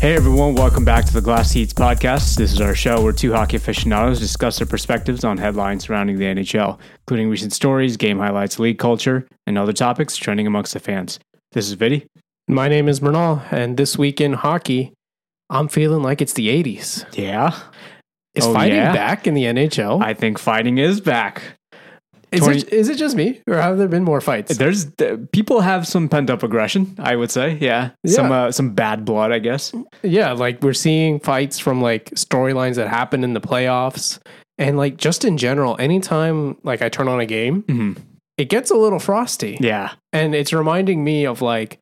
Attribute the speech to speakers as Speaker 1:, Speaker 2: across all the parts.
Speaker 1: Hey everyone, welcome back to the Glass Seats podcast. This is our show where two hockey aficionados discuss their perspectives on headlines surrounding the NHL, including recent stories, game highlights, league culture, and other topics trending amongst the fans. This is Vidi.
Speaker 2: My name is Mernal, and this week in hockey, I'm feeling like it's the 80s.
Speaker 1: Yeah.
Speaker 2: Is
Speaker 1: Oh,
Speaker 2: fighting
Speaker 1: yeah?
Speaker 2: back in the NHL?
Speaker 1: I think fighting is back.
Speaker 2: is,
Speaker 1: 20
Speaker 2: it, is it just me, or have there been more fights?
Speaker 1: There's th- people have some pent up aggression, I would say. Yeah. Some
Speaker 2: Yeah.
Speaker 1: uh, some bad blood, I guess.
Speaker 2: yeah, like we're seeing fights from like storylines that happened in the playoffs, and like just in general, anytime like I turn on a game,
Speaker 1: Mhm.
Speaker 2: it gets a little frosty,
Speaker 1: Yeah.
Speaker 2: and it's reminding me of like.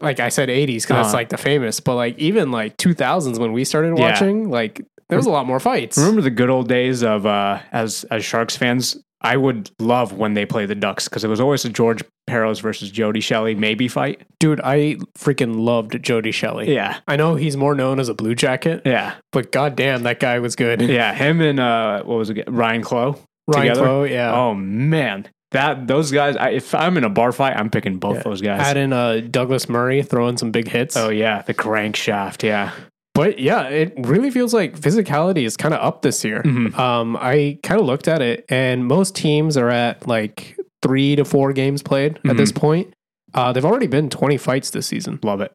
Speaker 2: Like I said, 80s because
Speaker 1: Uh-huh.
Speaker 2: that's like the famous, but like even like 2000s when we started
Speaker 1: Yeah.
Speaker 2: watching, like there was a lot more fights.
Speaker 1: Remember the good old days of uh, as as Sharks fans. I would love when they play the Ducks because it was always a George Peros versus Jody Shelley maybe fight.
Speaker 2: Dude, I freaking loved Jody Shelley.
Speaker 1: Yeah,
Speaker 2: I know he's more known as a blue jacket,
Speaker 1: yeah,
Speaker 2: but goddamn, that guy was good.
Speaker 1: yeah. Him and uh, what was it? Ryan Klo.
Speaker 2: Ryan
Speaker 1: Together?
Speaker 2: Clough, yeah.
Speaker 1: Oh man, that those guys. I, if I'm in a bar fight, I'm picking both
Speaker 2: Yeah.
Speaker 1: those guys.
Speaker 2: Add in uh, Douglas Murray throwing some big hits.
Speaker 1: oh yeah, the crankshaft. Yeah,
Speaker 2: But yeah, it really feels like physicality is kind of up this year.
Speaker 1: Mhm.
Speaker 2: Um, I kind of looked at it, and most teams are at like three to four games played
Speaker 1: Mhm.
Speaker 2: at this point. Uh, they've already been 20 fights this season.
Speaker 1: love it,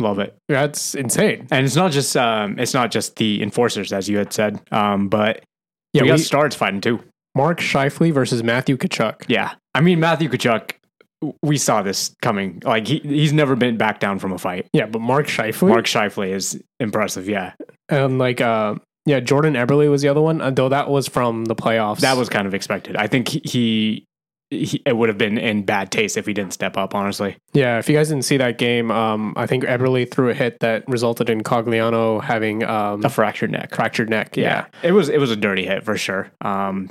Speaker 1: love it.
Speaker 2: That's insane.
Speaker 1: And it's not just um, it's not just the enforcers as you had said, um, but yeah, we, got
Speaker 2: we-
Speaker 1: stars fighting too.
Speaker 2: Mark Shifley versus Matthew Kachuk.
Speaker 1: Yeah. I mean, Matthew Kachuk, w- we saw this coming. Like, he, he's never been back down from a fight.
Speaker 2: Yeah, but Mark Shifley.
Speaker 1: Mark Shifley is impressive. Yeah.
Speaker 2: and like uh yeah jordan eberly was the other one uh, though that was from the playoffs
Speaker 1: That was kind of expected. I think he, he it would have been in bad taste if he didn't step up, honestly.
Speaker 2: yeah if you guys didn't see that game um i think eberly threw a hit that resulted in cogliano having um
Speaker 1: A fractured neck.
Speaker 2: fractured neck yeah,
Speaker 1: It was, it was a dirty hit for sure. Um,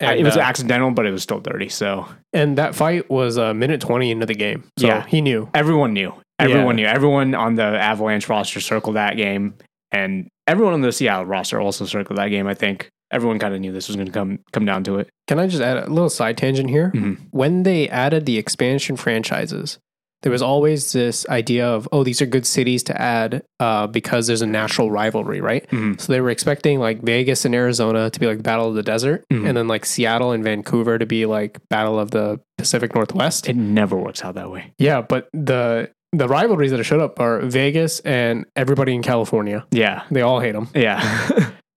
Speaker 2: And,
Speaker 1: it was
Speaker 2: uh,
Speaker 1: accidental, but it was still dirty. So
Speaker 2: and that fight was a minute 20 into the game so
Speaker 1: Yeah.
Speaker 2: he knew
Speaker 1: everyone knew. Everyone knew. Everyone on the Avalanche roster circled that game, and everyone on the Seattle roster also circled that game. I think everyone kind of knew this was going to come come down to it.
Speaker 2: can i just add a little side tangent here
Speaker 1: Mhm.
Speaker 2: when they added the expansion franchises there was always this idea of oh these are good cities to add uh, because there's a natural rivalry right
Speaker 1: Mhm.
Speaker 2: So they were expecting like Vegas and Arizona to be like Battle of the Desert,
Speaker 1: Mhm.
Speaker 2: and then like Seattle and Vancouver to be like Battle of the Pacific Northwest.
Speaker 1: It never works out that way.
Speaker 2: yeah, but the the rivalries that have showed up are Vegas and everybody in California.
Speaker 1: Yeah.
Speaker 2: They all hate them.
Speaker 1: Yeah.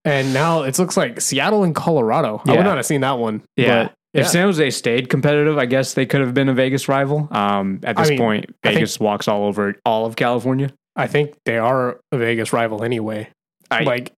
Speaker 2: And now it looks like Seattle and Colorado. I
Speaker 1: Yeah.
Speaker 2: would not have seen that one.
Speaker 1: yeah.
Speaker 2: but
Speaker 1: If San Jose stayed competitive, I guess they could have been a Vegas rival. Um, at
Speaker 2: I
Speaker 1: this
Speaker 2: mean,
Speaker 1: point,
Speaker 2: I think-
Speaker 1: Vegas walks all over all of California.
Speaker 2: I think they are a Vegas rival anyway.
Speaker 1: I-
Speaker 2: like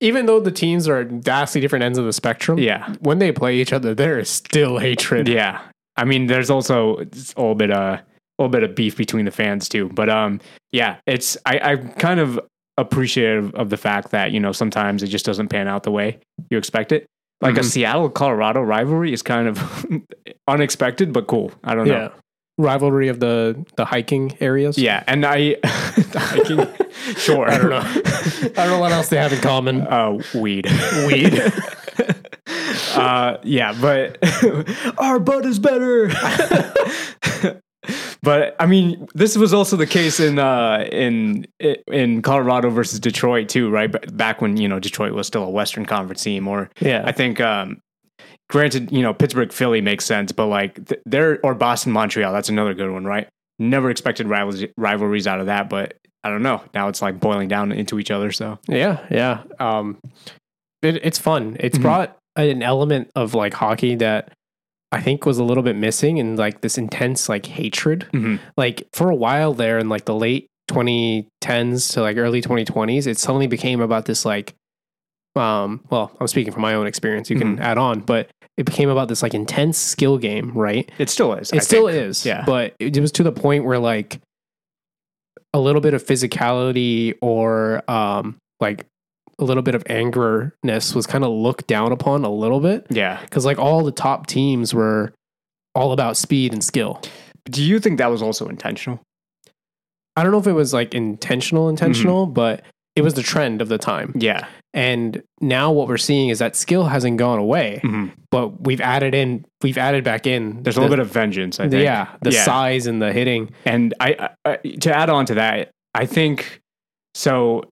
Speaker 2: even though the teams are at vastly different ends of the spectrum,
Speaker 1: Yeah.
Speaker 2: when they play each other, there is still hatred.
Speaker 1: Yeah. I mean, there's also it's a little bit of a little bit of beef between the fans too. But um, yeah, it's I, I'm kind of appreciative of the fact that you know sometimes it just doesn't pan out the way you expect it. Like a
Speaker 2: Mhm.
Speaker 1: Seattle Colorado rivalry is kind of unexpected but cool. I don't know.
Speaker 2: Yeah. Rivalry of the the hiking areas.
Speaker 1: Yeah, and I, I can- sure.
Speaker 2: I don't know. I don't know what else they have in common.
Speaker 1: Uh, weed,
Speaker 2: Weed.
Speaker 1: uh, yeah, but our bud is better. but I mean, this was also the case in uh, in in Colorado versus Detroit too, right? Ba- Back when you know Detroit was still a Western Conference team, or I
Speaker 2: Yeah.
Speaker 1: think. Um, Granted, you know Pittsburgh, Philly makes sense, but like th- they're or Boston, Montreal, that's another good one, right? Never expected rivals, rivalries out of that, but I don't know. Now it's like boiling down into each other. So
Speaker 2: Yeah. Yeah. Um, it, it's fun. It's
Speaker 1: Mhm.
Speaker 2: brought an element of like hockey that I think was a little bit missing and like this intense like hatred.
Speaker 1: Mhm.
Speaker 2: Like for a while there in like the late 2010s to like early 2020s, it suddenly became about this like, um, well, I'm speaking from my own experience. You can add on, but it became about this like intense skill game, right?
Speaker 1: It still is.
Speaker 2: It still is.
Speaker 1: Yeah.
Speaker 2: But it was to the point where like a little bit of physicality or um like a little bit of angerness was kind of looked down upon a little bit
Speaker 1: Yeah.
Speaker 2: because like all the top teams were all about speed and skill.
Speaker 1: Do you think that was also intentional?
Speaker 2: I don't know if it was like intentional intentional,
Speaker 1: Mm-hmm.
Speaker 2: but it was the trend of the time.
Speaker 1: Yeah.
Speaker 2: And now what we're seeing is that skill hasn't gone away,
Speaker 1: Mhm.
Speaker 2: but we've added in we've added back in
Speaker 1: There's a little bit of vengeance, I
Speaker 2: the,
Speaker 1: think.
Speaker 2: yeah, the
Speaker 1: Yeah.
Speaker 2: size and the hitting.
Speaker 1: And I, I, I to add on to that, I think So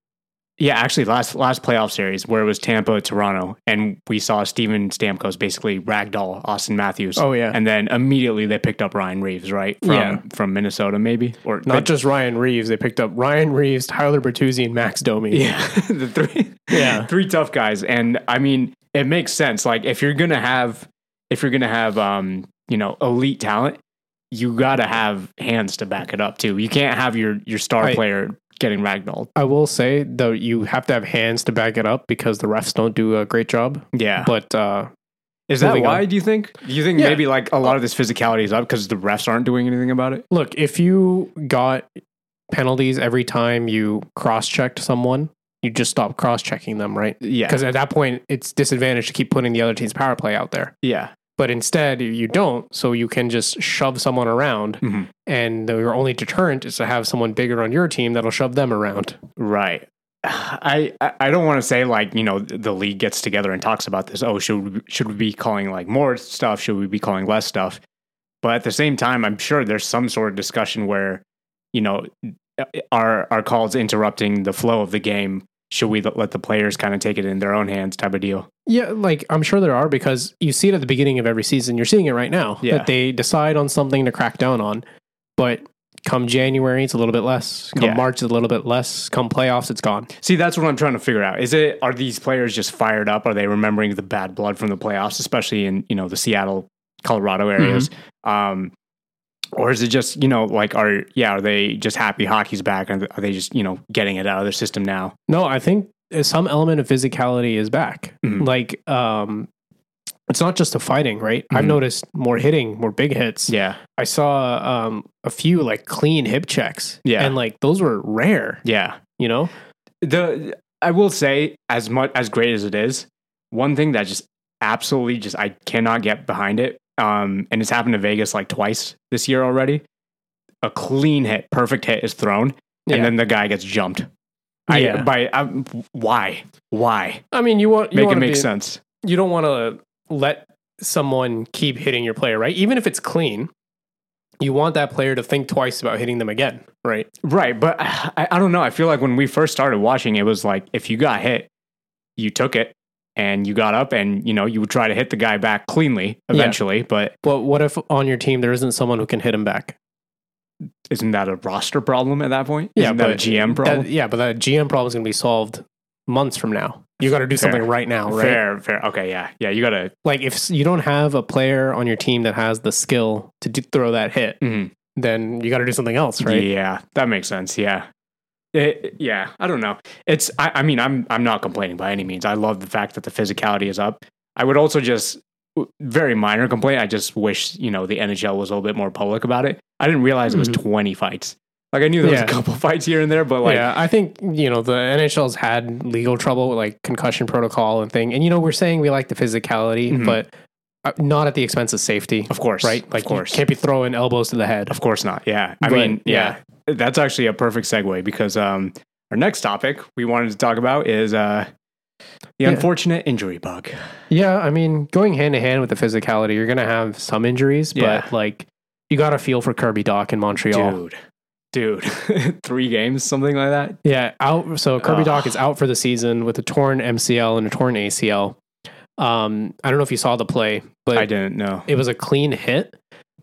Speaker 1: yeah, actually last last playoff series where it was Tampa Toronto and we saw Steven Stamkos basically ragdoll Austin Matthews.
Speaker 2: Oh yeah,
Speaker 1: And then immediately they picked up Ryan Reeves, right? From
Speaker 2: Yeah.
Speaker 1: from Minnesota maybe or
Speaker 2: not
Speaker 1: they-
Speaker 2: just Ryan Reeves. They picked up Ryan Reeves, Tyler Bertuzzi, and Max Domi.
Speaker 1: Yeah, the three
Speaker 2: Yeah.
Speaker 1: three tough guys, and I mean it makes sense. Like if you're gonna have if you're gonna have um you know elite talent, you gotta have hands to back it up too. You can't have your your star
Speaker 2: Right.
Speaker 1: player getting ragdolled.
Speaker 2: I will say though, you have to have hands to back it up because the refs don't do a great job.
Speaker 1: Yeah,
Speaker 2: But uh,
Speaker 1: is that
Speaker 2: moving on.
Speaker 1: why? Do you think? Do you think
Speaker 2: Yeah.
Speaker 1: maybe like a lot of this physicality is up because the refs aren't doing anything about it?
Speaker 2: look, if you got penalties every time you cross checked someone, you just stop cross checking them, right?
Speaker 1: Yeah,
Speaker 2: Because at that point, it's disadvantage to keep putting the other team's power play out there.
Speaker 1: yeah,
Speaker 2: But instead, you don't, so you can just shove someone around,
Speaker 1: Mhm.
Speaker 2: and your only deterrent is to have someone bigger on your team that'll shove them around.
Speaker 1: right. I I I don't want to say like you know the league gets together and talks about this. Oh, should we- should we be calling like more stuff? Should we be calling less stuff? But at the same time, I'm sure there's some sort of discussion where you know are are calls interrupting the flow of the game. Should we let the players kind of take it in their own hands, type of deal?
Speaker 2: Yeah, like I'm sure there are because you see it at the beginning of every season. You're seeing it right now
Speaker 1: Yeah.
Speaker 2: that they decide on something to crack down on, but come January it's a little bit less. Come
Speaker 1: Yeah.
Speaker 2: March it's a little bit less. Come playoffs it's gone.
Speaker 1: See, that's what I'm trying to figure out. Is it are these players just fired up? Are they remembering the bad blood from the playoffs, especially in you know the Seattle, Colorado areas? Um, or is it just you know like are yeah are they just happy hockey's back and are they just you know getting it out of their system now?
Speaker 2: No, I think some element of physicality is back.
Speaker 1: Mhm.
Speaker 2: Like um it's not just the fighting, right? I've
Speaker 1: Mhm.
Speaker 2: noticed more hitting, more big hits.
Speaker 1: Yeah,
Speaker 2: I saw um a few like clean hip checks.
Speaker 1: Yeah.
Speaker 2: And like those were rare,
Speaker 1: yeah.
Speaker 2: you know?
Speaker 1: The I will say as much as great as it is, one thing that just absolutely just I cannot get behind it. Um, and it's happened to Vegas like twice this year already. A clean hit, perfect hit is thrown,
Speaker 2: Yeah.
Speaker 1: and then the guy gets jumped. I,
Speaker 2: Yeah.
Speaker 1: By I, why? Why?
Speaker 2: I mean you want you
Speaker 1: Make it
Speaker 2: wanna
Speaker 1: make
Speaker 2: be-
Speaker 1: sense.
Speaker 2: you don't want to let someone keep hitting your player, right? Even if it's clean, you want that player to think twice about hitting them again, right?
Speaker 1: Right, but I, I don't know. I feel like when we first started watching, it was like if you got hit, you took it and you got up and you know you would try to hit the guy back cleanly eventually. But
Speaker 2: But what if on your team there isn't someone who can hit him back?
Speaker 1: isn't that a roster problem at that point? Isn't that a
Speaker 2: but
Speaker 1: GM problem.
Speaker 2: That, yeah, but that GM problem is going to be solved months from now. You got to do
Speaker 1: Fair.
Speaker 2: something right now, right?
Speaker 1: Fair, fair. Okay, yeah, yeah. You gotta.
Speaker 2: Like if s- you don't have a player on your team that has the skill to do, throw that hit,
Speaker 1: mhm.
Speaker 2: then you got to do something else, right?
Speaker 1: Yeah, that makes sense. Yeah. It, yeah, I don't know. It's I, I mean I'm I'm not complaining by any means. I love the fact that the physicality is up. I would also just very minor complaint. I just wish you know the NHL was a little bit more public about it. I didn't realize it was
Speaker 2: Mhm.
Speaker 1: 20 fights. Like I knew there
Speaker 2: Yeah.
Speaker 1: was a couple fights here and there, but like
Speaker 2: yeah, I think you know the NHL's had legal trouble with like concussion protocol and thing, and you know we're saying we like the physicality,
Speaker 1: Mhm.
Speaker 2: but uh, not at the expense of safety,
Speaker 1: of course,
Speaker 2: right? Like
Speaker 1: of course,
Speaker 2: you can't be throwing elbows to the head.
Speaker 1: Of course not. Yeah. I
Speaker 2: But,
Speaker 1: mean, yeah. That's actually a perfect segue because um, our next topic we wanted to talk about is uh, the
Speaker 2: Yeah.
Speaker 1: unfortunate injury bug.
Speaker 2: Yeah, I mean going hand to hand with the physicality, you're gonna have some injuries,
Speaker 1: Yeah.
Speaker 2: but like you got to feel for Kirby Doc in Montreal.
Speaker 1: Dude. Dude. Three games, something like that.
Speaker 2: Yeah, out. So Kirby
Speaker 1: Ugh.
Speaker 2: Doc is out for the season with a torn MCL and a torn ACL. Um, I don't know if you saw the play, but
Speaker 1: I didn't know.
Speaker 2: it was a clean hit,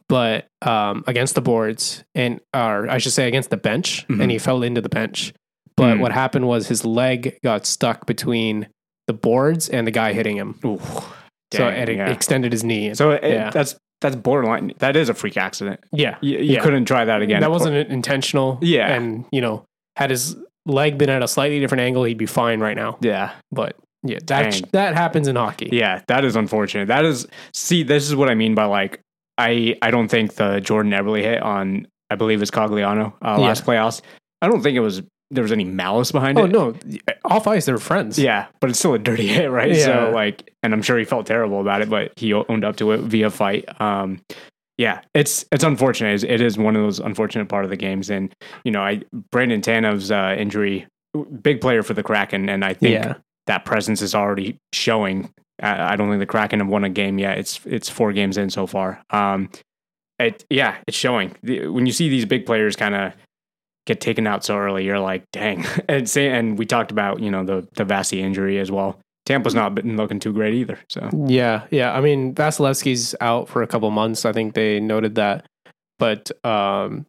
Speaker 2: but um, against the boards and or I should say against the bench,
Speaker 1: Mhm.
Speaker 2: and he fell into the bench. But
Speaker 1: Hmm.
Speaker 2: what happened was his leg got stuck between the boards and the guy hitting him,
Speaker 1: Ooh.
Speaker 2: so
Speaker 1: Dang,
Speaker 2: it
Speaker 1: yeah.
Speaker 2: extended his knee.
Speaker 1: so it,
Speaker 2: yeah.
Speaker 1: that's that's borderline. That is a freak accident.
Speaker 2: yeah,
Speaker 1: You, you
Speaker 2: Yeah.
Speaker 1: couldn't try that again.
Speaker 2: that wasn't intentional.
Speaker 1: Yeah.
Speaker 2: and you know, had his leg been at a slightly different angle, he'd be fine right now.
Speaker 1: Yeah.
Speaker 2: But yeah, that
Speaker 1: Dang.
Speaker 2: that happens in hockey.
Speaker 1: Yeah, that is unfortunate. That is see, this is what I mean by like I I don't think the Jordan Eberle hit on I believe it's Cogliano uh,
Speaker 2: Yeah.
Speaker 1: last playoffs. I don't think it was there was any malice behind
Speaker 2: Oh
Speaker 1: it.
Speaker 2: no, off ice they were friends.
Speaker 1: Yeah, but it's still a dirty hit, right?
Speaker 2: Yeah.
Speaker 1: So like, and I'm sure he felt terrible about it, but he owned up to it via fight. Um, yeah, it's it's unfortunate. It's- It is one of those unfortunate part of the games, and you know, I Brandon Tanov's uh, injury, big player for the Kraken, and I think
Speaker 2: yeah,
Speaker 1: that presence is already showing. I I don't think the Kraken have won a game yet. It's it's four games in so far. Um, it yeah, it's showing The- when you see these big players kind of get taken out so early, you're like, dang. and say, and we talked about you know the the Vasi injury as well. Tampa's not been looking too great either. So
Speaker 2: Yeah, yeah. I mean, Vasilevsky's out for a couple months. I think they noted that. But um,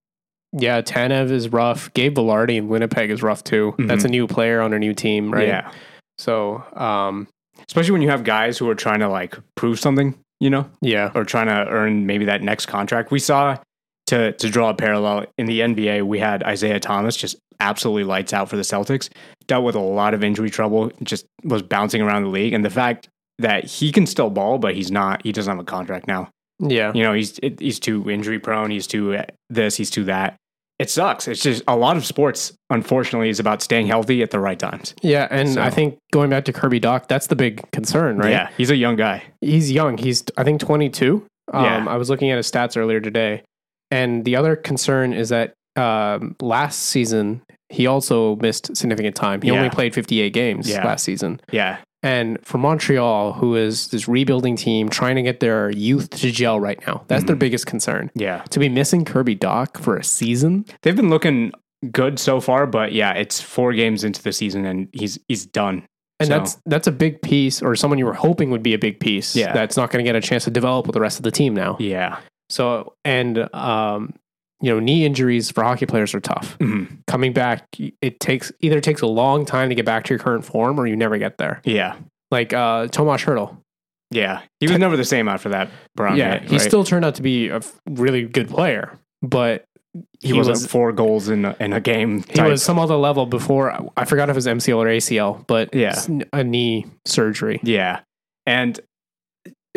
Speaker 2: yeah, Tanev is rough. Gabe Velarde in Winnipeg is rough too. That's a new player on a new team, right?
Speaker 1: Mm-hmm. yeah,
Speaker 2: So um,
Speaker 1: especially when you have guys who are trying to like prove something, you know,
Speaker 2: yeah,
Speaker 1: or trying to earn maybe that next contract. We saw to to draw a parallel in the NBA, we had Isaiah Thomas just absolutely lights out for the Celtics, dealt with a lot of injury trouble, just was bouncing around the league, and the fact that he can still ball, but he's not, he doesn't have a contract now.
Speaker 2: yeah,
Speaker 1: You know, he's it- he's too injury prone, he's too this, he's too that. It sucks. It's just a lot of sports, unfortunately, is about staying healthy at the right times.
Speaker 2: yeah. And
Speaker 1: So-
Speaker 2: I think going back to Kirby Doc, that's the big concern, right?
Speaker 1: Yeah, he's a young guy.
Speaker 2: he's young. He's I think 22. Um,
Speaker 1: Yeah.
Speaker 2: I was looking at his stats earlier today, and the other concern is that um, last season he also missed significant time. He
Speaker 1: Yeah.
Speaker 2: only played 58 games
Speaker 1: Yeah.
Speaker 2: last season.
Speaker 1: Yeah,
Speaker 2: And for Montreal, who is this rebuilding team trying to get their youth to gel right now, that's
Speaker 1: Mm-hmm.
Speaker 2: their biggest concern.
Speaker 1: yeah.
Speaker 2: To be missing Kirby Doc for a season,
Speaker 1: They've been looking good so far, but yeah, it's four games into the season and he's he's done.
Speaker 2: and
Speaker 1: So-
Speaker 2: that's that's a big piece, or someone you were hoping would be a big piece.
Speaker 1: Yeah.
Speaker 2: that's not going to get a chance to develop with the rest of the team now.
Speaker 1: yeah.
Speaker 2: So, and, um, you know, knee injuries for hockey players are tough.
Speaker 1: Mhm.
Speaker 2: Coming back, it takes either it takes a long time to get back to your current form or you never get there.
Speaker 1: Yeah.
Speaker 2: Like uh, Tomas Hurdle.
Speaker 1: Yeah. He was never the same after that Brown.
Speaker 2: yeah,
Speaker 1: hit,
Speaker 2: he
Speaker 1: right?
Speaker 2: still turned out to be a f- really good player, but
Speaker 1: he,
Speaker 2: he
Speaker 1: wasn't
Speaker 2: was-
Speaker 1: four goals in a, in a game.
Speaker 2: he was some other level before. I forgot if it was MCL or ACL, but
Speaker 1: Yeah.
Speaker 2: it's n- a knee surgery.
Speaker 1: Yeah. And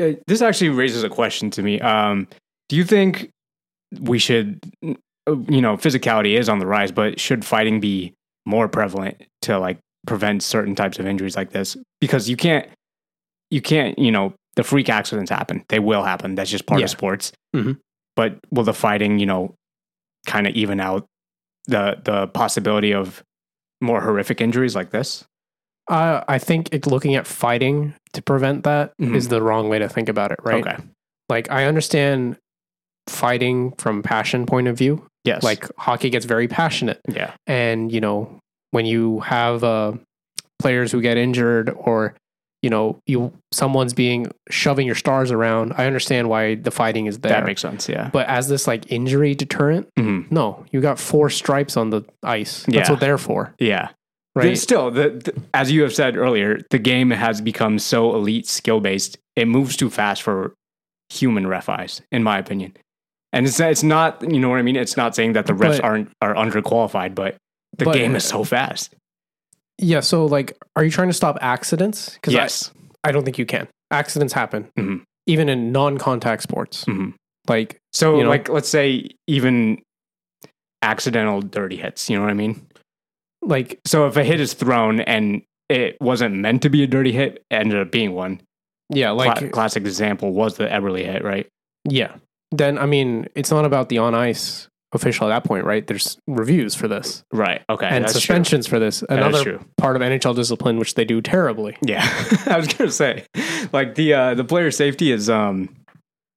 Speaker 1: uh, this actually raises a question to me. Um, do you think we should, uh, you know, physicality is on the rise, but should fighting be more prevalent to like prevent certain types of injuries like this? Because you can't, you can't, you know, the freak accidents happen. They will happen. That's just part
Speaker 2: Yeah.
Speaker 1: of sports.
Speaker 2: Mhm.
Speaker 1: But will the fighting, you know, kind of even out the the possibility of more horrific injuries like this?
Speaker 2: Uh, I think it, looking at fighting to prevent that is
Speaker 1: Mhm.
Speaker 2: the wrong way to think about it, right?
Speaker 1: Okay.
Speaker 2: Like I understand fighting from passion point of view.
Speaker 1: Yes.
Speaker 2: Like hockey gets very passionate,
Speaker 1: yeah.
Speaker 2: and you know when you have uh, players who get injured or you know you someone's being shoving your stars around. I understand why the fighting is there.
Speaker 1: That makes sense. Yeah.
Speaker 2: but as this like injury deterrent,
Speaker 1: Mhm.
Speaker 2: no, you got four stripes on the ice. That's
Speaker 1: Yeah.
Speaker 2: what they're for,
Speaker 1: Yeah.
Speaker 2: right?
Speaker 1: The- still, the, the- as you have said earlier, the game has become so elite skill based. It moves too fast for human ref eyes, in my opinion. And it's it's not you know what I mean. It's not saying that the refs
Speaker 2: But-
Speaker 1: aren't are underqualified, but the
Speaker 2: But-
Speaker 1: game is so fast.
Speaker 2: yeah. So like, are you trying to stop accidents? I-
Speaker 1: Yes.
Speaker 2: I don't think you can. Accidents happen,
Speaker 1: Mhm.
Speaker 2: even in non-contact sports.
Speaker 1: Mhm.
Speaker 2: Like,
Speaker 1: So
Speaker 2: You know-
Speaker 1: like let's say even accidental dirty hits. You know what I mean.
Speaker 2: like
Speaker 1: So if a hit is thrown and it wasn't meant to be a dirty hit, it ended up being one.
Speaker 2: yeah,
Speaker 1: Like
Speaker 2: like
Speaker 1: classic example was the Eberly hit, right?
Speaker 2: yeah. Then I mean, it's not about the on ice official at that point, right? There's reviews for this
Speaker 1: Right. Okay.
Speaker 2: and
Speaker 1: that's true.
Speaker 2: suspensions for this.
Speaker 1: That is
Speaker 2: Another
Speaker 1: true.
Speaker 2: part of NHL discipline, which they do terribly.
Speaker 1: Yeah, I was gonna say, like the uh, the player safety is um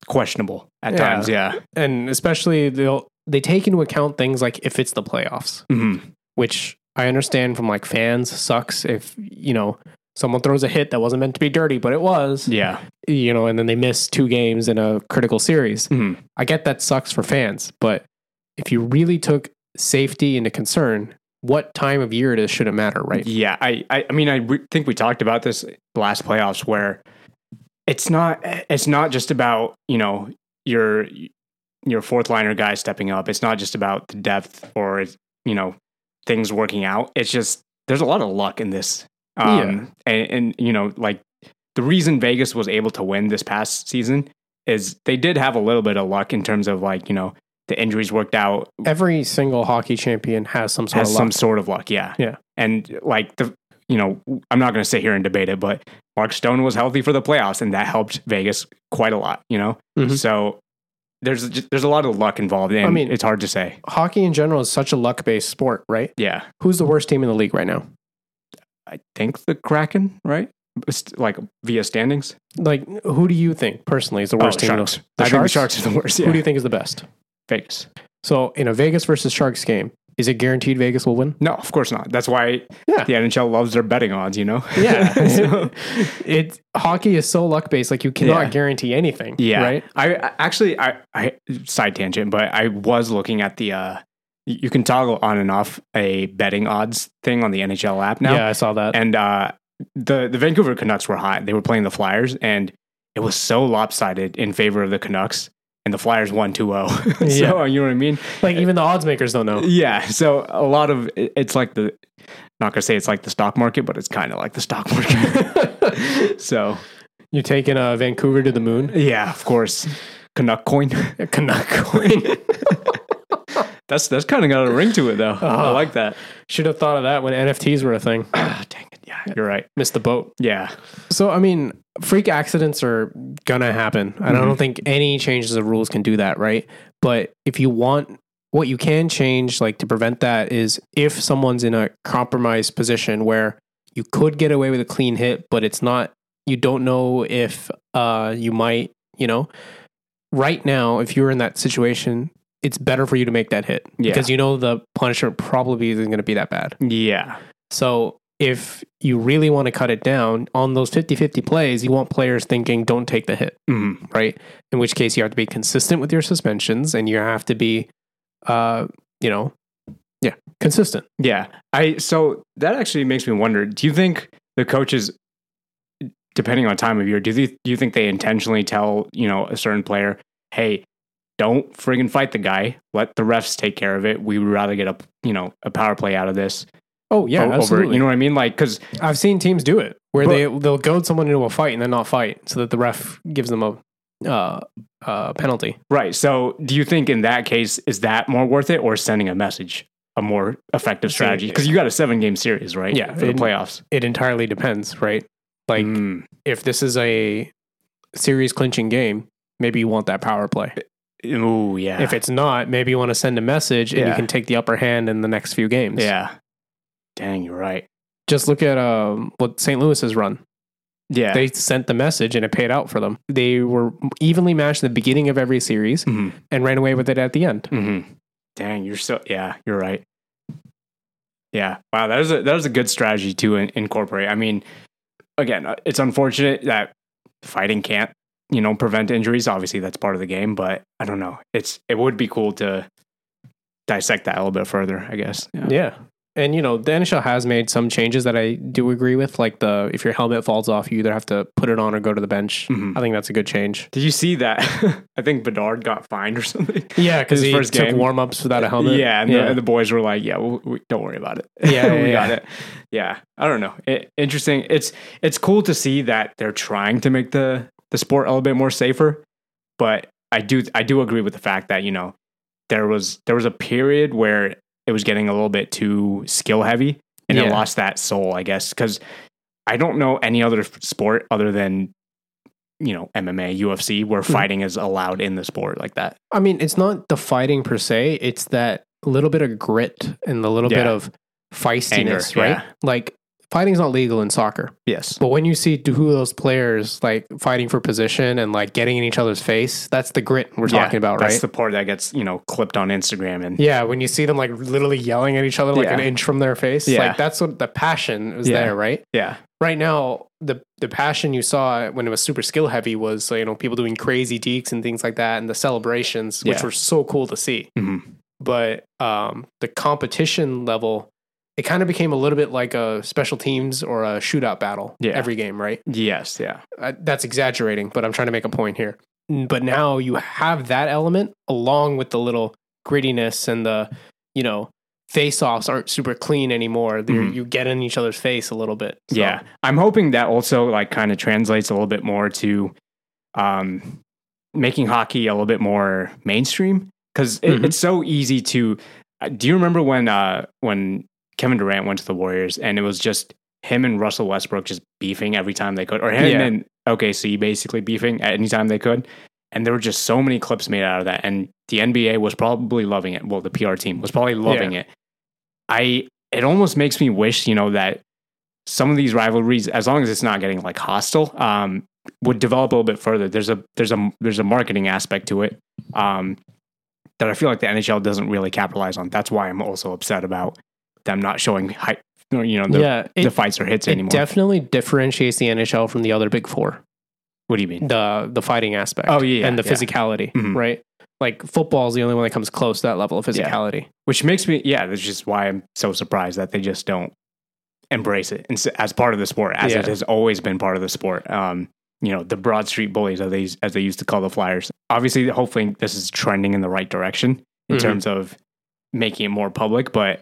Speaker 1: questionable at
Speaker 2: Yeah.
Speaker 1: times. Yeah,
Speaker 2: and especially they'll they take into account things like if it's the playoffs,
Speaker 1: Mhm.
Speaker 2: which I understand from like fans sucks if you know someone throws a hit that wasn't meant to be dirty, but it was,
Speaker 1: yeah,
Speaker 2: you know, and then they miss two games in a critical series.
Speaker 1: Mhm.
Speaker 2: I get that sucks for fans, but if you really took safety into concern, what time of year it is shouldn't matter, right?
Speaker 1: yeah. I I, I mean, I re- think we talked about this last playoffs where it's not it's not just about you know your your fourth liner guy stepping up. It's not just about the depth or you know things working out. It's just there's a lot of luck in this. Um, and, and you know, like the reason Vegas was able to win this past season is they did have a little bit of luck in terms of like you know the injuries worked out
Speaker 2: Every single hockey champion has some sort
Speaker 1: has
Speaker 2: of
Speaker 1: some
Speaker 2: luck.
Speaker 1: sort of luck. Yeah,
Speaker 2: Yeah.
Speaker 1: And like the you know I'm not going to sit here and debate it, but Mark Stone was healthy for the playoffs, and that helped Vegas quite a lot. You know,
Speaker 2: Mhm.
Speaker 1: so there's just- there's a lot of luck involved, and
Speaker 2: I mean-
Speaker 1: it's hard to say.
Speaker 2: hockey in general is such a luck based sport, right?
Speaker 1: Yeah,
Speaker 2: Who's the worst team in the league right now?
Speaker 1: I think the Kraken, right? It's Like via standings,
Speaker 2: Like, who do you think personally is the worst
Speaker 1: Oh,
Speaker 2: team? in the-
Speaker 1: Sharks.
Speaker 2: The
Speaker 1: I think the
Speaker 2: Sharks?
Speaker 1: Sharks are the worst. Yeah.
Speaker 2: Who do you think is the best?
Speaker 1: Vegas?
Speaker 2: So, in a Vegas versus Sharks game, Is it guaranteed Vegas will win?
Speaker 1: No, of course not. That's why
Speaker 2: Yeah.
Speaker 1: the NHL loves their betting odds, you know?
Speaker 2: Yeah.
Speaker 1: So-
Speaker 2: It hockey is so luck based. Like you cannot
Speaker 1: Yeah.
Speaker 2: guarantee anything.
Speaker 1: Yeah.
Speaker 2: Right.
Speaker 1: I I- actually I, I side tangent, but I was looking at the uh y- you can toggle on and off a betting odds thing on the NHL app now.
Speaker 2: Yeah, I saw that.
Speaker 1: And uh the the Vancouver Canucks were hot. They were playing the Flyers and it was so lopsided in favor of the Canucks and the Flyers won 2-0. so,
Speaker 2: Yeah.
Speaker 1: you know what I mean?
Speaker 2: like even the odds makers don't know.
Speaker 1: Yeah. So a lot of it- it's like the not going to say it's like the stock market, but it's kind of like the stock market. so,
Speaker 2: You're taking uh, Vancouver to the moon.
Speaker 1: yeah, of course. Canuck coin.
Speaker 2: Canuck coin.
Speaker 1: That's that's kind of got a ring to it though. I
Speaker 2: Uh-huh.
Speaker 1: like that.
Speaker 2: Should have thought of that when NFTs were a thing.
Speaker 1: Ah, dang it. Yeah, you're right.
Speaker 2: Missed the boat.
Speaker 1: Yeah.
Speaker 2: So I mean, freak accidents are gonna happen. And I don't think any changes of rules can do that, right? But if you want what you can change like to prevent that is if someone's in a compromised position where you could get away with a clean hit, but it's not you don't know if uh you might, you know, right now if you're in that situation, it's better for you to make that hit
Speaker 1: Yeah.
Speaker 2: because you know the punishment probably isn't going to be that bad.
Speaker 1: Yeah.
Speaker 2: So if you really want to cut it down on those 50-50 plays, you want players thinking don't take the hit,
Speaker 1: Mm.
Speaker 2: right? In which case you have to be consistent with your suspensions and you have to be uh, you know, yeah, consistent.
Speaker 1: Yeah. I so that actually makes me wonder, do you think the coaches depending on time of year, do they do you think they intentionally tell, you know, a certain player, "Hey, don't friggin' fight the guy. Let the refs take care of it. We would rather get a, you know, a power play out of this."
Speaker 2: Oh yeah,
Speaker 1: o-
Speaker 2: absolutely.
Speaker 1: you know what I mean? Like cuz
Speaker 2: I've seen teams do it where
Speaker 1: But-
Speaker 2: they they'll goad someone into a fight and then not fight so that the ref gives them a uh, uh, penalty.
Speaker 1: Right. So, do you think in that case is that more worth it, or sending a message a more effective strategy? Because you got a seven game series, right?
Speaker 2: Yeah.
Speaker 1: for the
Speaker 2: And-
Speaker 1: playoffs.
Speaker 2: It entirely depends, right? Like
Speaker 1: Mm.
Speaker 2: if this is a series clinching game, maybe you want that power play.
Speaker 1: Ooh, yeah.
Speaker 2: If it's not, maybe you want to send a message and
Speaker 1: Yeah.
Speaker 2: you can take the upper hand in the next few games.
Speaker 1: yeah, dang, you're right.
Speaker 2: Just look at um, what St. Louis has run.
Speaker 1: Yeah,
Speaker 2: They sent the message and it paid out for them. They were evenly matched at the beginning of every series
Speaker 1: Mhm.
Speaker 2: and ran away with it at the end.
Speaker 1: Mhm. Dang, you're so yeah, you're right. Yeah, wow, that was a that was a good strategy to in, incorporate. I mean, again, uh, it's unfortunate that fighting can't you know prevent injuries. Obviously, that's part of the game, but I don't know. It's it would be cool to dissect that a little bit further. I guess.
Speaker 2: Yeah. And, you know, the NHL has made some changes that I do agree with. Like the if your helmet falls off, you either have to put it on or go to the bench.
Speaker 1: Mhm.
Speaker 2: I think that's a good change.
Speaker 1: Did you see that? I think Bedard got fined or something.
Speaker 2: Yeah, because
Speaker 1: His
Speaker 2: he
Speaker 1: first
Speaker 2: took
Speaker 1: game.
Speaker 2: warm ups without a helmet.
Speaker 1: Yeah, and, The,
Speaker 2: yeah.
Speaker 1: and the boys were like, "Yeah, we, we, don't worry about it.
Speaker 2: Yeah,
Speaker 1: we
Speaker 2: yeah,
Speaker 1: got
Speaker 2: yeah.
Speaker 1: it. Yeah, I don't know. It, interesting. It's it's cool to see that they're trying to make the the sport a little bit more safer, but I do I do agree with the fact that you know there was there was a period where it was getting a little bit too skill heavy, and it
Speaker 2: Yeah.
Speaker 1: lost that soul, I guess, because I don't know any other f- sport other than you know MMA, UFC, where fighting is allowed in the sport like that.
Speaker 2: I mean, it's not the fighting per se. It's that little bit of grit and the little bit
Speaker 1: Yeah.
Speaker 2: of feistiness,
Speaker 1: Anger,
Speaker 2: right?
Speaker 1: yeah.
Speaker 2: Like fighting's not legal in soccer,
Speaker 1: Yes.
Speaker 2: but when you see who those players like fighting for position and like getting in each other's face, that's the grit we're
Speaker 1: Yeah,
Speaker 2: talking about,
Speaker 1: That's
Speaker 2: right?
Speaker 1: the part that gets you know clipped on Instagram and
Speaker 2: yeah, when you see them like literally yelling at each other like
Speaker 1: Yeah.
Speaker 2: an inch from their face,
Speaker 1: Yeah.
Speaker 2: like that's what the passion was
Speaker 1: Yeah.
Speaker 2: there, right?
Speaker 1: yeah,
Speaker 2: Right now, the the passion you saw when it was super skill heavy was you know people doing crazy deeks and things like that, and the celebrations, which
Speaker 1: Yeah.
Speaker 2: were so cool to see.
Speaker 1: Mhm.
Speaker 2: but um, the competition level, it kind of became a little bit like a special teams or a shootout battle
Speaker 1: Yeah.
Speaker 2: every game, right?
Speaker 1: yes, yeah,
Speaker 2: Uh, that's exaggerating, but I'm trying to make a point here. N- But now you have that element along with the little grittiness and the, you know, face offs aren't super clean anymore. They're-
Speaker 1: Mhm.
Speaker 2: You get in each other's face a little bit. So-
Speaker 1: yeah. I'm hoping that also like kind of translates a little bit more to um, making hockey a little bit more mainstream because it,
Speaker 2: Mhm.
Speaker 1: it's so easy to. uh, Do you remember when uh, when Kevin Durant went to the Warriors and it was just him and Russell Westbrook just beefing every time they could, or him
Speaker 2: Yeah.
Speaker 1: and OKC basically beefing at any time they could. And there were just so many clips made out of that, and the NBA was probably loving it. Well, the PR team was probably loving it. I it almost makes me wish you know that some of these rivalries, as long as it's not getting like hostile, um, would develop a little bit further. There's a there's a there's a marketing aspect to it. Um, that I feel like the NHL doesn't really capitalize on. That's why I'm also upset about them not showing hype, or, you know, the,
Speaker 2: yeah, it,
Speaker 1: the fights or hits
Speaker 2: it
Speaker 1: anymore.
Speaker 2: definitely differentiates the NHL from the other big four.
Speaker 1: what do you mean?
Speaker 2: The the fighting aspect.
Speaker 1: Oh, yeah,
Speaker 2: and the
Speaker 1: yeah.
Speaker 2: physicality,
Speaker 1: Mhm.
Speaker 2: right? Like football is the only one that comes close to that level of
Speaker 1: Yeah.
Speaker 2: physicality.
Speaker 1: Which makes me, yeah, that's just why I'm so surprised that they just don't embrace it and s- as part of the sport, as
Speaker 2: Yeah.
Speaker 1: it has always been part of the sport. Um, you know, the Broad Street Bullies, as they, as they used to call the Flyers. Obviously, hopefully, this is trending in the right direction in
Speaker 2: Mhm.
Speaker 1: terms of making it more public, but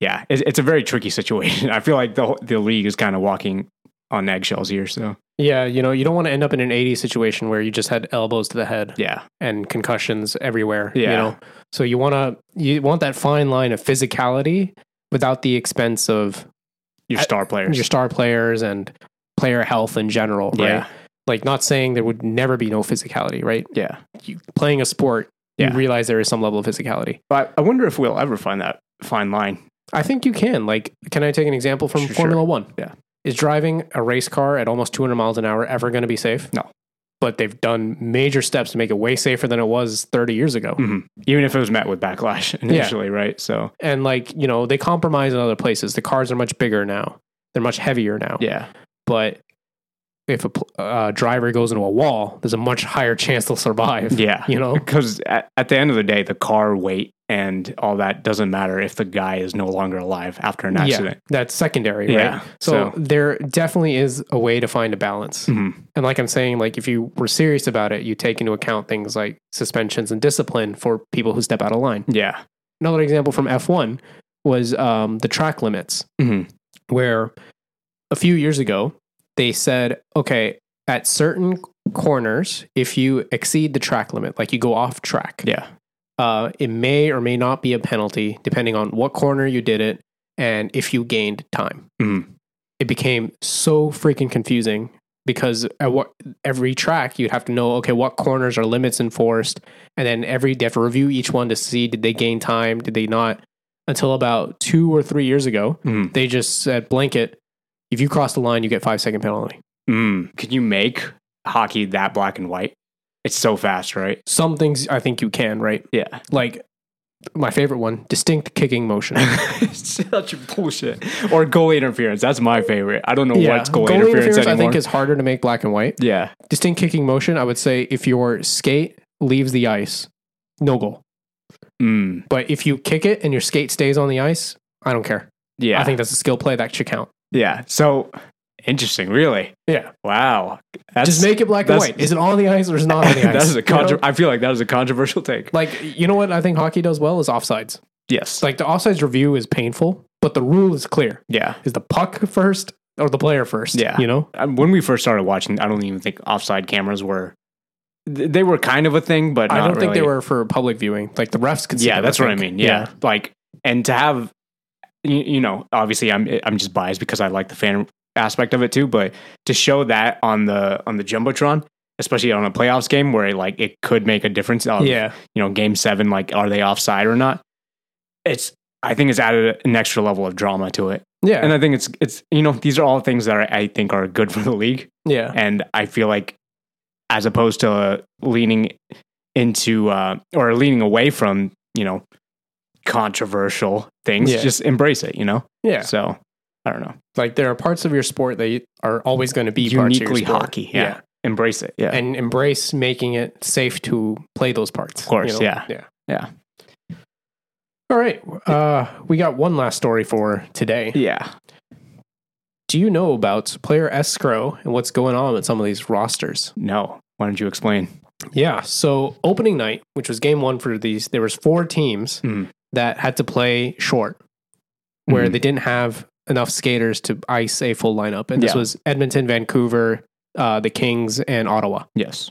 Speaker 1: yeah, it's, it's a very tricky situation. I feel like the, whole- the league is kind of walking on eggshells here. So,
Speaker 2: Yeah, you know, you don't want to end up in an 80 situation where you just had elbows to the head
Speaker 1: yeah.
Speaker 2: and concussions everywhere.
Speaker 1: Yeah.
Speaker 2: You know, so you want to you want that fine line of physicality without the expense of
Speaker 1: your
Speaker 2: I-
Speaker 1: star players.
Speaker 2: your star players and player health in general. Right?
Speaker 1: Yeah,
Speaker 2: Like not saying there would never be no physicality. Right.
Speaker 1: yeah.
Speaker 2: You, playing a sport,
Speaker 1: Yeah.
Speaker 2: you realize there is some level of physicality.
Speaker 1: But I wonder if we'll ever find that fine line.
Speaker 2: I think you can. Like, can I take an example from
Speaker 1: Sure,
Speaker 2: Formula One?
Speaker 1: Yeah.
Speaker 2: Is driving a race car at almost 200 miles an hour ever going to be safe?
Speaker 1: No.
Speaker 2: But they've done major steps to make it way safer than it was 30 years ago.
Speaker 1: Mhm. Even if it was met with backlash initially, right? So,
Speaker 2: And, like, you know, they compromise in other places. The cars are much bigger now, they're much heavier now.
Speaker 1: yeah.
Speaker 2: But if a pl- uh, driver goes into a wall, there's a much higher chance they'll survive.
Speaker 1: Yeah.
Speaker 2: You know?
Speaker 1: Because at, at the end of the day, the car weight and all that doesn't matter if the guy is no longer alive after an accident.
Speaker 2: Yeah, that's secondary,
Speaker 1: Yeah,
Speaker 2: right? So,
Speaker 1: so-
Speaker 2: there definitely is a way to find a balance.
Speaker 1: Mhm.
Speaker 2: And like I'm saying, like if you were serious about it, you take into account things like suspensions and discipline for people who step out of line.
Speaker 1: Yeah.
Speaker 2: Another example from F1 was um, the track limits,
Speaker 1: Mhm.
Speaker 2: where a few years ago they said, okay, at certain corners, if you exceed the track limit, like you go off track,
Speaker 1: Yeah.
Speaker 2: uh, it may or may not be a penalty depending on what corner you did it and if you gained time.
Speaker 1: Mhm.
Speaker 2: It became so freaking confusing because at what, every track you'd have to know okay what corners are limits enforced, and then every they have to review each one to see did they gain time, did they not. Until about two or three years ago,
Speaker 1: Mhm.
Speaker 2: they just said blanket: if you cross the line, you get five second penalty.
Speaker 1: Mm. Can you make hockey that black and white? It's so fast, right?
Speaker 2: Some things I think you can right,
Speaker 1: Yeah.
Speaker 2: like my favorite one: distinct kicking motion.
Speaker 1: Such bullshit. Or goalie interference. That's my favorite. I don't know what's goalie,
Speaker 2: Goalie
Speaker 1: interference,
Speaker 2: I
Speaker 1: anymore.
Speaker 2: think is harder to make black and white.
Speaker 1: yeah.
Speaker 2: Distinct kicking motion, I would say if your skate leaves the ice, no goal.
Speaker 1: Mm.
Speaker 2: But if you kick it and your skate stays on the ice, I don't care.
Speaker 1: Yeah.
Speaker 2: I think that's a skill play that should count.
Speaker 1: Yeah. So interesting, really.
Speaker 2: Yeah.
Speaker 1: Wow. That's,
Speaker 2: Just make it black and
Speaker 1: that's-
Speaker 2: white. Is it on the ice or is it not on the ice?
Speaker 1: that is a contro-
Speaker 2: You know?
Speaker 1: I feel like that is a controversial take.
Speaker 2: Like, you know what I think hockey does well is offsides.
Speaker 1: Yes.
Speaker 2: It's like the offsides review is painful, but the rule is clear.
Speaker 1: yeah.
Speaker 2: Is the puck first or the player first?
Speaker 1: Yeah.
Speaker 2: You know?
Speaker 1: Um, When we first started watching, I don't even think offside cameras were. th- They were kind of a thing, but
Speaker 2: I
Speaker 1: not
Speaker 2: don't think they
Speaker 1: really.
Speaker 2: were for public viewing. Like the refs could see
Speaker 1: Yeah,
Speaker 2: them,
Speaker 1: that's what I
Speaker 2: think.
Speaker 1: mean. Yeah. like and to have, you, you know, obviously I'm I'm just biased because I like the fan aspect of it too, but to show that on the on the jumbotron, especially on a playoffs game where like it could make a difference. Of,
Speaker 2: Yeah.
Speaker 1: you know, game seven, like are they offside or not? It's I think it's added an extra level of drama to it.
Speaker 2: Yeah.
Speaker 1: And I think it's it's you know, these are all things that are, I think are good for the league.
Speaker 2: yeah.
Speaker 1: And I feel like as opposed to uh, leaning into uh or leaning away from, you know, controversial things,
Speaker 2: Yeah.
Speaker 1: just embrace it, you know?
Speaker 2: Yeah.
Speaker 1: So I don't know.
Speaker 2: Like there are parts of your sport that are always going to be parts of your
Speaker 1: Uniquely
Speaker 2: sport.
Speaker 1: hockey. Yeah. Embrace it. Yeah.
Speaker 2: And embrace making it safe to play those parts. Of
Speaker 1: course, yeah.
Speaker 2: Yeah.
Speaker 1: Yeah.
Speaker 2: All right. Uh, we got one last story for today.
Speaker 1: yeah.
Speaker 2: Do you know about player escrow and what's going on with some of these rosters?
Speaker 1: No. Why don't you explain?
Speaker 2: Yeah. So opening night, which was game one for these, there was four teams
Speaker 1: Mhm.
Speaker 2: that had to play short, where
Speaker 1: Mhm.
Speaker 2: they didn't have enough skaters to ice a full lineup, and this
Speaker 1: Yeah.
Speaker 2: was Edmonton, Vancouver, uh, the Kings, and Ottawa.
Speaker 1: Yes.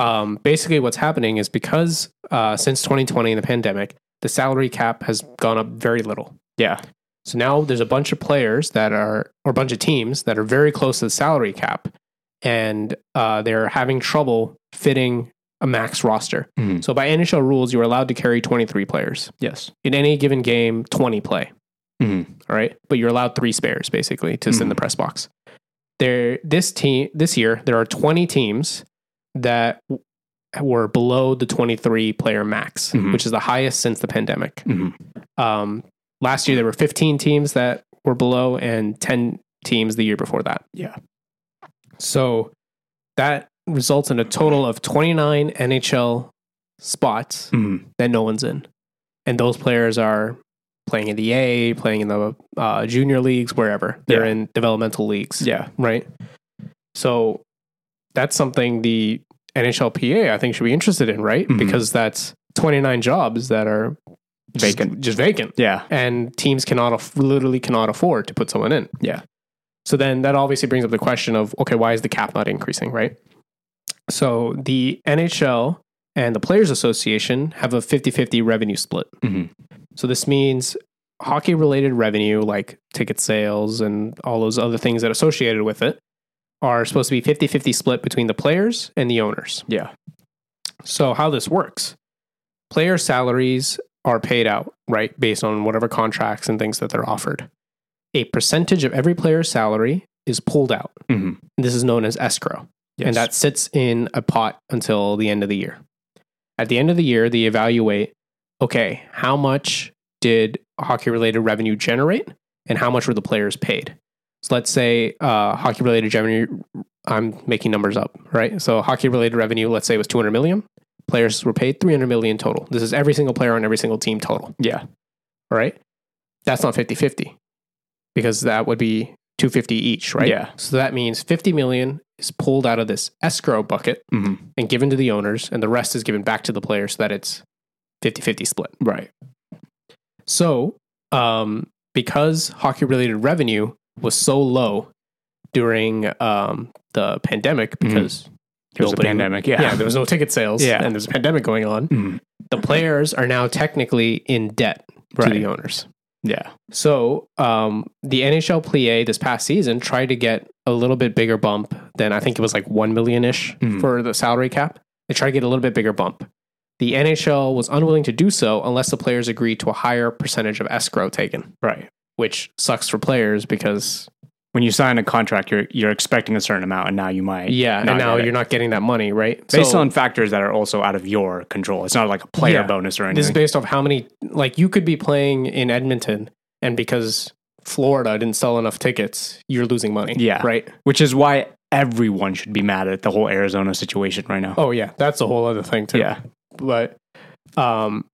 Speaker 2: Um, basically, what's happening is because uh, since 2020 and the pandemic, the salary cap has gone up very little.
Speaker 1: Yeah.
Speaker 2: So now there's a bunch of players that are, or a bunch of teams that are very close to the salary cap, and uh, they're having trouble fitting a max roster.
Speaker 1: Mhm.
Speaker 2: So by NHL rules, you're allowed to carry 23 players
Speaker 1: Yes.
Speaker 2: in any given game. 20 play,
Speaker 1: Mhm.
Speaker 2: all right, but you're allowed three spares basically to send the press box. There, this team this year, there are 20 teams that were below the 23 player max,
Speaker 1: Mhm.
Speaker 2: which is the highest since the pandemic.
Speaker 1: Mhm.
Speaker 2: Um, last year there were 15 teams that were below and 10 teams the year before that.
Speaker 1: Yeah.
Speaker 2: So that results in a total of 29 NHL spots
Speaker 1: Mhm.
Speaker 2: that no one's in. And those players are playing in the A, playing in the uh, junior leagues, wherever. They're
Speaker 1: Yeah.
Speaker 2: in developmental leagues.
Speaker 1: Yeah.
Speaker 2: Right. So that's something the NHLPA I think should be interested in, right?
Speaker 1: Mhm.
Speaker 2: Because that's 29 jobs that are just-
Speaker 1: Vacant.
Speaker 2: just vacant,
Speaker 1: Yeah.
Speaker 2: and teams cannot aff- literally cannot afford to put someone in.
Speaker 1: Yeah.
Speaker 2: So then that obviously brings up the question of okay, why is the cap not increasing, right? So the NHL and the Players Association have a 50-50 revenue split.
Speaker 1: Mhm.
Speaker 2: So this means hockey related revenue like ticket sales and all those other things that are associated with it are supposed to be 50-50 split between the players and the owners.
Speaker 1: Yeah.
Speaker 2: So how this works. Player salaries are paid out, right, based on whatever contracts and things that they're offered. A percentage of every player's salary is pulled out.
Speaker 1: Mhm.
Speaker 2: This is known as escrow.
Speaker 1: Yes.
Speaker 2: And that sits in a pot until the end of the year. At the end of the year, they evaluate okay, how much did hockey related revenue generate and how much were the players paid? So let's say uh, hockey related revenue, I'm making numbers up, right? So hockey related revenue, let's say was 200 million. Players were paid 300 million total. This is every single player on every single team total.
Speaker 1: Yeah.
Speaker 2: All right. That's not 50 50 because that would be 250 each, right?
Speaker 1: Yeah.
Speaker 2: So that means 50 million is pulled out of this escrow bucket
Speaker 1: Mhm.
Speaker 2: and given to the owners, and the rest is given back to the player so that it's 50 50 split.
Speaker 1: Right.
Speaker 2: So, um, because hockey related revenue was so low during um, the pandemic, because
Speaker 1: It was a
Speaker 2: Nobody-
Speaker 1: pandemic. Yeah.
Speaker 2: Mm-hmm. yeah. there was no ticket sales
Speaker 1: Yeah.
Speaker 2: and there's a pandemic going on,
Speaker 1: Mhm.
Speaker 2: the players are now technically in debt
Speaker 1: Right.
Speaker 2: to the owners.
Speaker 1: Yeah.
Speaker 2: So um, the NHL plie this past season tried to get a little bit bigger bump than I think it was like one million ish
Speaker 1: Mhm.
Speaker 2: for the salary cap. They tried to get a little bit bigger bump. The NHL was unwilling to do so unless the players agreed to a higher percentage of escrow taken,
Speaker 1: Right.
Speaker 2: which sucks for players because
Speaker 1: When you sign a contract, you're you're expecting a certain amount, and now you might.
Speaker 2: yeah,
Speaker 1: not
Speaker 2: and now
Speaker 1: get it.
Speaker 2: you're not getting that money, right?
Speaker 1: based
Speaker 2: So
Speaker 1: on factors that are also out of your control. It's not like a player
Speaker 2: Yeah.
Speaker 1: bonus or anything.
Speaker 2: this is based off how many like you could be playing in Edmonton and because Florida didn't sell enough tickets, you're losing money.
Speaker 1: Yeah.
Speaker 2: Right.
Speaker 1: which is why everyone should be mad at the whole Arizona situation right now.
Speaker 2: Oh yeah, that's a whole other thing too.
Speaker 1: yeah,
Speaker 2: but um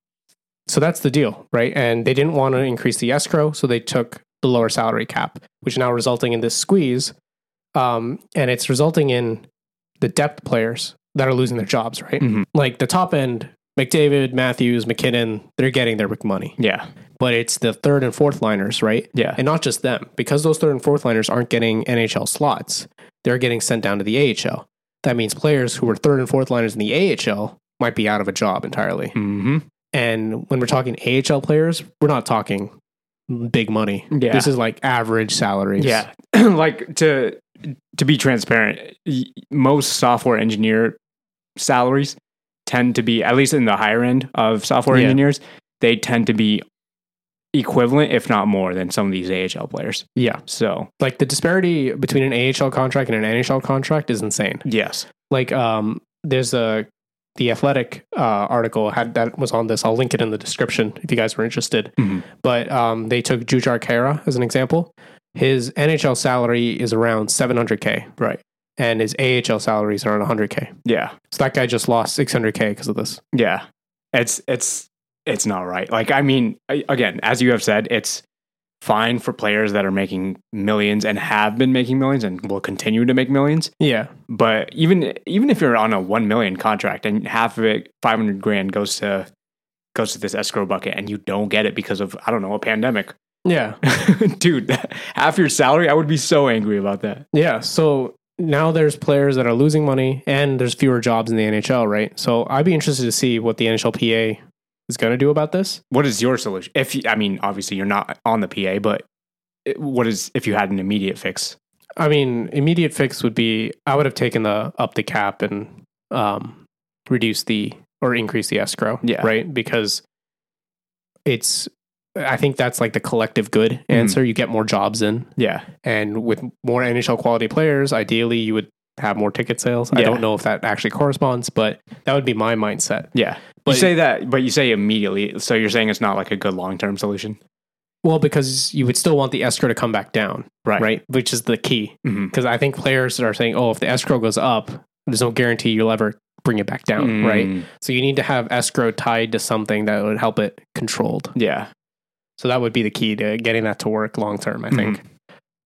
Speaker 2: so that's the deal right and they didn't want to increase the escrow so they took the lower salary cap which is now resulting in this squeeze um and it's resulting in the depth players that are losing their jobs right
Speaker 1: Mhm.
Speaker 2: like the top end mcdavid matthews mckinnon they're getting their money
Speaker 1: yeah,
Speaker 2: but it's the third and fourth liners right
Speaker 1: yeah,
Speaker 2: and not just them, because those third and fourth liners aren't getting NHL slots, they're getting sent down to the AHL. That means players who were third and fourth liners in the AHL might be out of a job entirely.
Speaker 1: hmm
Speaker 2: And when we're talking AHL players, we're not talking big money.
Speaker 1: Yeah.
Speaker 2: This is like average salaries.
Speaker 1: yeah. like to to be transparent, y- most software engineer salaries tend to be at least in the higher end of software
Speaker 2: Yeah.
Speaker 1: engineers. They tend to be equivalent, if not more, than some of these AHL players.
Speaker 2: Yeah.
Speaker 1: So
Speaker 2: Like the disparity between an AHL contract and an NHL contract is insane.
Speaker 1: yes,
Speaker 2: like um there's a the athletic uh article had that was on this i'll link it in the description if you guys were interested
Speaker 1: Mhm.
Speaker 2: but um they took jujar Kera as an example his nhl salary is around 700k
Speaker 1: Right.
Speaker 2: and his ahl salary is around 100k
Speaker 1: yeah.
Speaker 2: so that guy just lost 600k because of this
Speaker 1: Yeah. It's it's it's not right. Like I mean, I- again, as you have said, it's fine for players that are making millions and have been making millions and will continue to make millions.
Speaker 2: yeah
Speaker 1: But even even if you're on a 1 million contract and half of it 500 grand goes to goes to this escrow bucket and you don't get it because of I don't know, a pandemic.
Speaker 2: yeah
Speaker 1: Dude, that- half your salary, I would be so angry about that.
Speaker 2: Yeah. So now there's players that are losing money and there's fewer jobs in the NHL, right? So I'd be interested to see what the NHLPA is going to do about this.
Speaker 1: What is your solution? If you, I mean, obviously you're not on the PA, but it- what is if you had an immediate fix?
Speaker 2: I mean, immediate fix would be I would have taken the up the cap and um, reduced the or increased the escrow,
Speaker 1: Yeah.
Speaker 2: right? Because it's I think that's like the collective good
Speaker 1: Mm-hmm.
Speaker 2: answer. You get more jobs in,
Speaker 1: Yeah.
Speaker 2: and with more NHL quality players, ideally you would have more ticket sales. I
Speaker 1: Yeah.
Speaker 2: don't know if that actually corresponds, but that would be my mindset.
Speaker 1: Yeah.
Speaker 2: But-
Speaker 1: you say that, but you say immediately. So you're saying it's not like a good long term solution?
Speaker 2: Well, because you would still want the escrow to come back down, right? Which is the key.
Speaker 1: hmm
Speaker 2: Because I think players are saying, oh, if the escrow goes up, there's no guarantee you'll ever bring it back down,
Speaker 1: Mm.
Speaker 2: right?
Speaker 1: Mm-hmm.
Speaker 2: So you need to have escrow tied to something that would help it controlled.
Speaker 1: Yeah.
Speaker 2: So that would be the key to getting that to work long term, I think.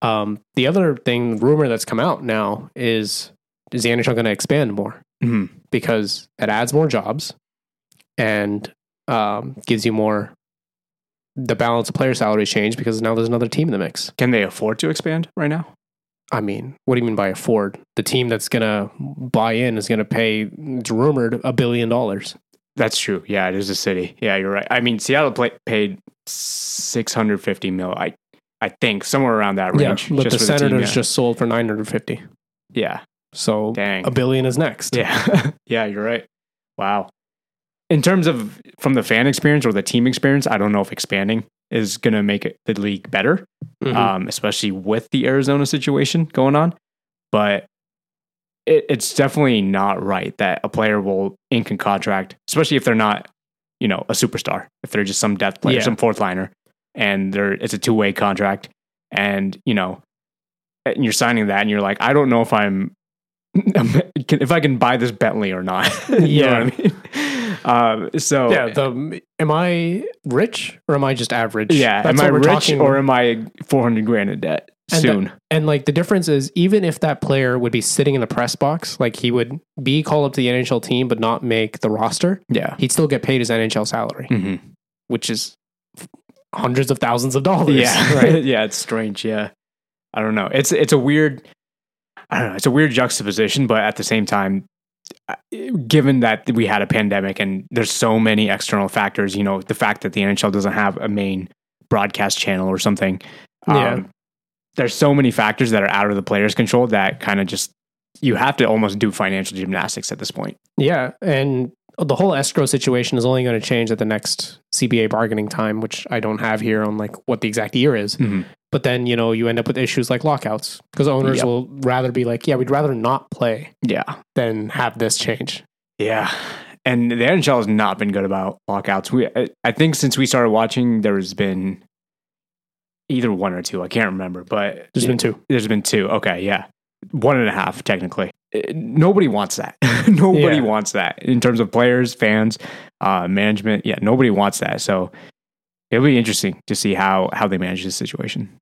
Speaker 2: Um, the other thing, rumor that's come out now is is the NHL going to expand more
Speaker 1: Mhm.
Speaker 2: because it adds more jobs and um, gives you more. The balance of player salaries change because now there's another team in the mix.
Speaker 1: Can they afford to expand right now?
Speaker 2: I mean, what do you mean by afford? The team that's going to buy in is going to pay, it's rumored, a billion dollars.
Speaker 1: That's true. Yeah, it is a city. Yeah, you're right. I mean, Seattle play, paid 650 mil. I I think somewhere around that range.
Speaker 2: but
Speaker 1: for
Speaker 2: the
Speaker 1: team,
Speaker 2: Senators
Speaker 1: yeah.
Speaker 2: just sold for 950.
Speaker 1: yeah.
Speaker 2: So
Speaker 1: Dang.
Speaker 2: a billion is next.
Speaker 1: Yeah. yeah, you're right. Wow. In terms of from the fan experience or the team experience, I don't know if expanding is going to make it, the league better,
Speaker 2: Mhm.
Speaker 1: um, especially with the Arizona situation going on. But it, it's definitely not right that a player will ink a contract, especially if they're not, you know, a superstar, if they're just some depth player,
Speaker 2: Yeah.
Speaker 1: some fourth liner, and they're, it's a two way contract. And, you know, and you're signing that and you're like, I don't know if I'm can- if I can buy this Bentley or not. you know
Speaker 2: Yeah.
Speaker 1: what I mean? Um, so
Speaker 2: yeah. The, am I rich or am I just average?
Speaker 1: yeah,
Speaker 2: That's
Speaker 1: am I
Speaker 2: what we're
Speaker 1: rich
Speaker 2: talking-
Speaker 1: or am I 400 grand in debt
Speaker 2: And the-
Speaker 1: soon?
Speaker 2: and like the difference is even if that player would be sitting in the press box, like he would be called up to the NHL team but not make the roster,
Speaker 1: yeah.
Speaker 2: he'd still get paid his NHL salary,
Speaker 1: hmm
Speaker 2: which is hundreds of thousands of dollars.
Speaker 1: Yeah.
Speaker 2: Right.
Speaker 1: yeah. It's strange. Yeah. I don't know. It's, it's a weird, I don't know. It's a weird juxtaposition, but at the same time, uh, given that we had a pandemic and there's so many external factors, you know, the fact that the NHL doesn't have a main broadcast channel or something. um,
Speaker 2: Yeah.
Speaker 1: There's so many factors that are out of the player's control that kind of just, you have to almost do financial gymnastics at this point.
Speaker 2: Yeah, and the whole escrow situation is only going to change at the next CBA bargaining time, which I don't have here on like what the exact year is.
Speaker 1: Mhm.
Speaker 2: But then you know you end up with issues like lockouts because owners
Speaker 1: Yep.
Speaker 2: will rather be like, yeah, we'd rather not play
Speaker 1: Yeah.
Speaker 2: than have this change.
Speaker 1: Yeah. And the NHL has not been good about lockouts. We, I- I think since we started watching, there's been either one or two. I can't remember, but
Speaker 2: There's been two.
Speaker 1: there's been two. Okay. Yeah. One and a half, technically. Uh, Nobody wants that. nobody
Speaker 2: Yeah.
Speaker 1: wants that in terms of players, fans, uh, management. Yeah. Nobody wants that. So it'll be interesting to see how, how they manage this situation.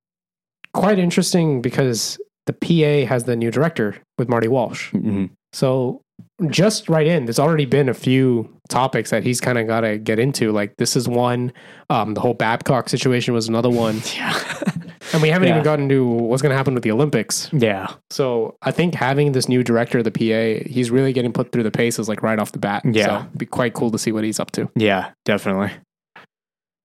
Speaker 2: Quite interesting because the PA has the new director with Marty Walsh.
Speaker 1: Mhm.
Speaker 2: So just right in, there's already been a few topics that he's kind of got to get into. Like this is one. Um, the whole Babcock situation was another one.
Speaker 1: Yeah.
Speaker 2: And we haven't
Speaker 1: Yeah.
Speaker 2: even gotten to what's going to happen with the Olympics.
Speaker 1: yeah.
Speaker 2: So I think having this new director of the PA, he's really getting put through the paces like right off the bat.
Speaker 1: Yeah.
Speaker 2: So it'd be quite cool to see what he's up to.
Speaker 1: Yeah. Definitely.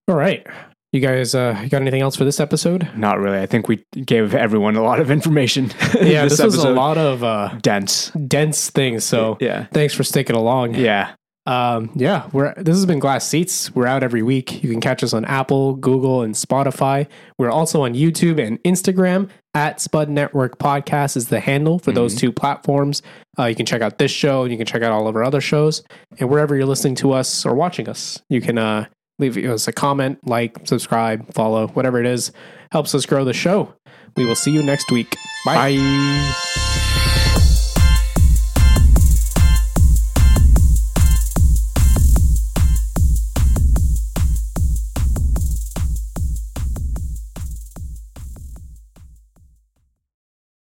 Speaker 2: All right. You guys uh, you got anything else for this episode?
Speaker 1: Not really. I think we gave everyone a lot of information.
Speaker 2: Yeah, this, was a
Speaker 1: episode.
Speaker 2: lot of uh,
Speaker 1: dense.
Speaker 2: dense things. So
Speaker 1: Yeah.
Speaker 2: thanks for sticking along.
Speaker 1: Yeah.
Speaker 2: Um, yeah, we're this has been Glass Seats. We're out every week. You can catch us on Apple, Google, and Spotify. We're also on YouTube and Instagram at Spud Network Podcast is the handle for those two platforms. Uh, you can check out this show and you can check out all of our other shows. And wherever you're listening to us or watching us, you can uh, leave us a comment, like, subscribe, follow, whatever it is. Helps us grow the show. We will see you next week. Bye.
Speaker 1: Bye.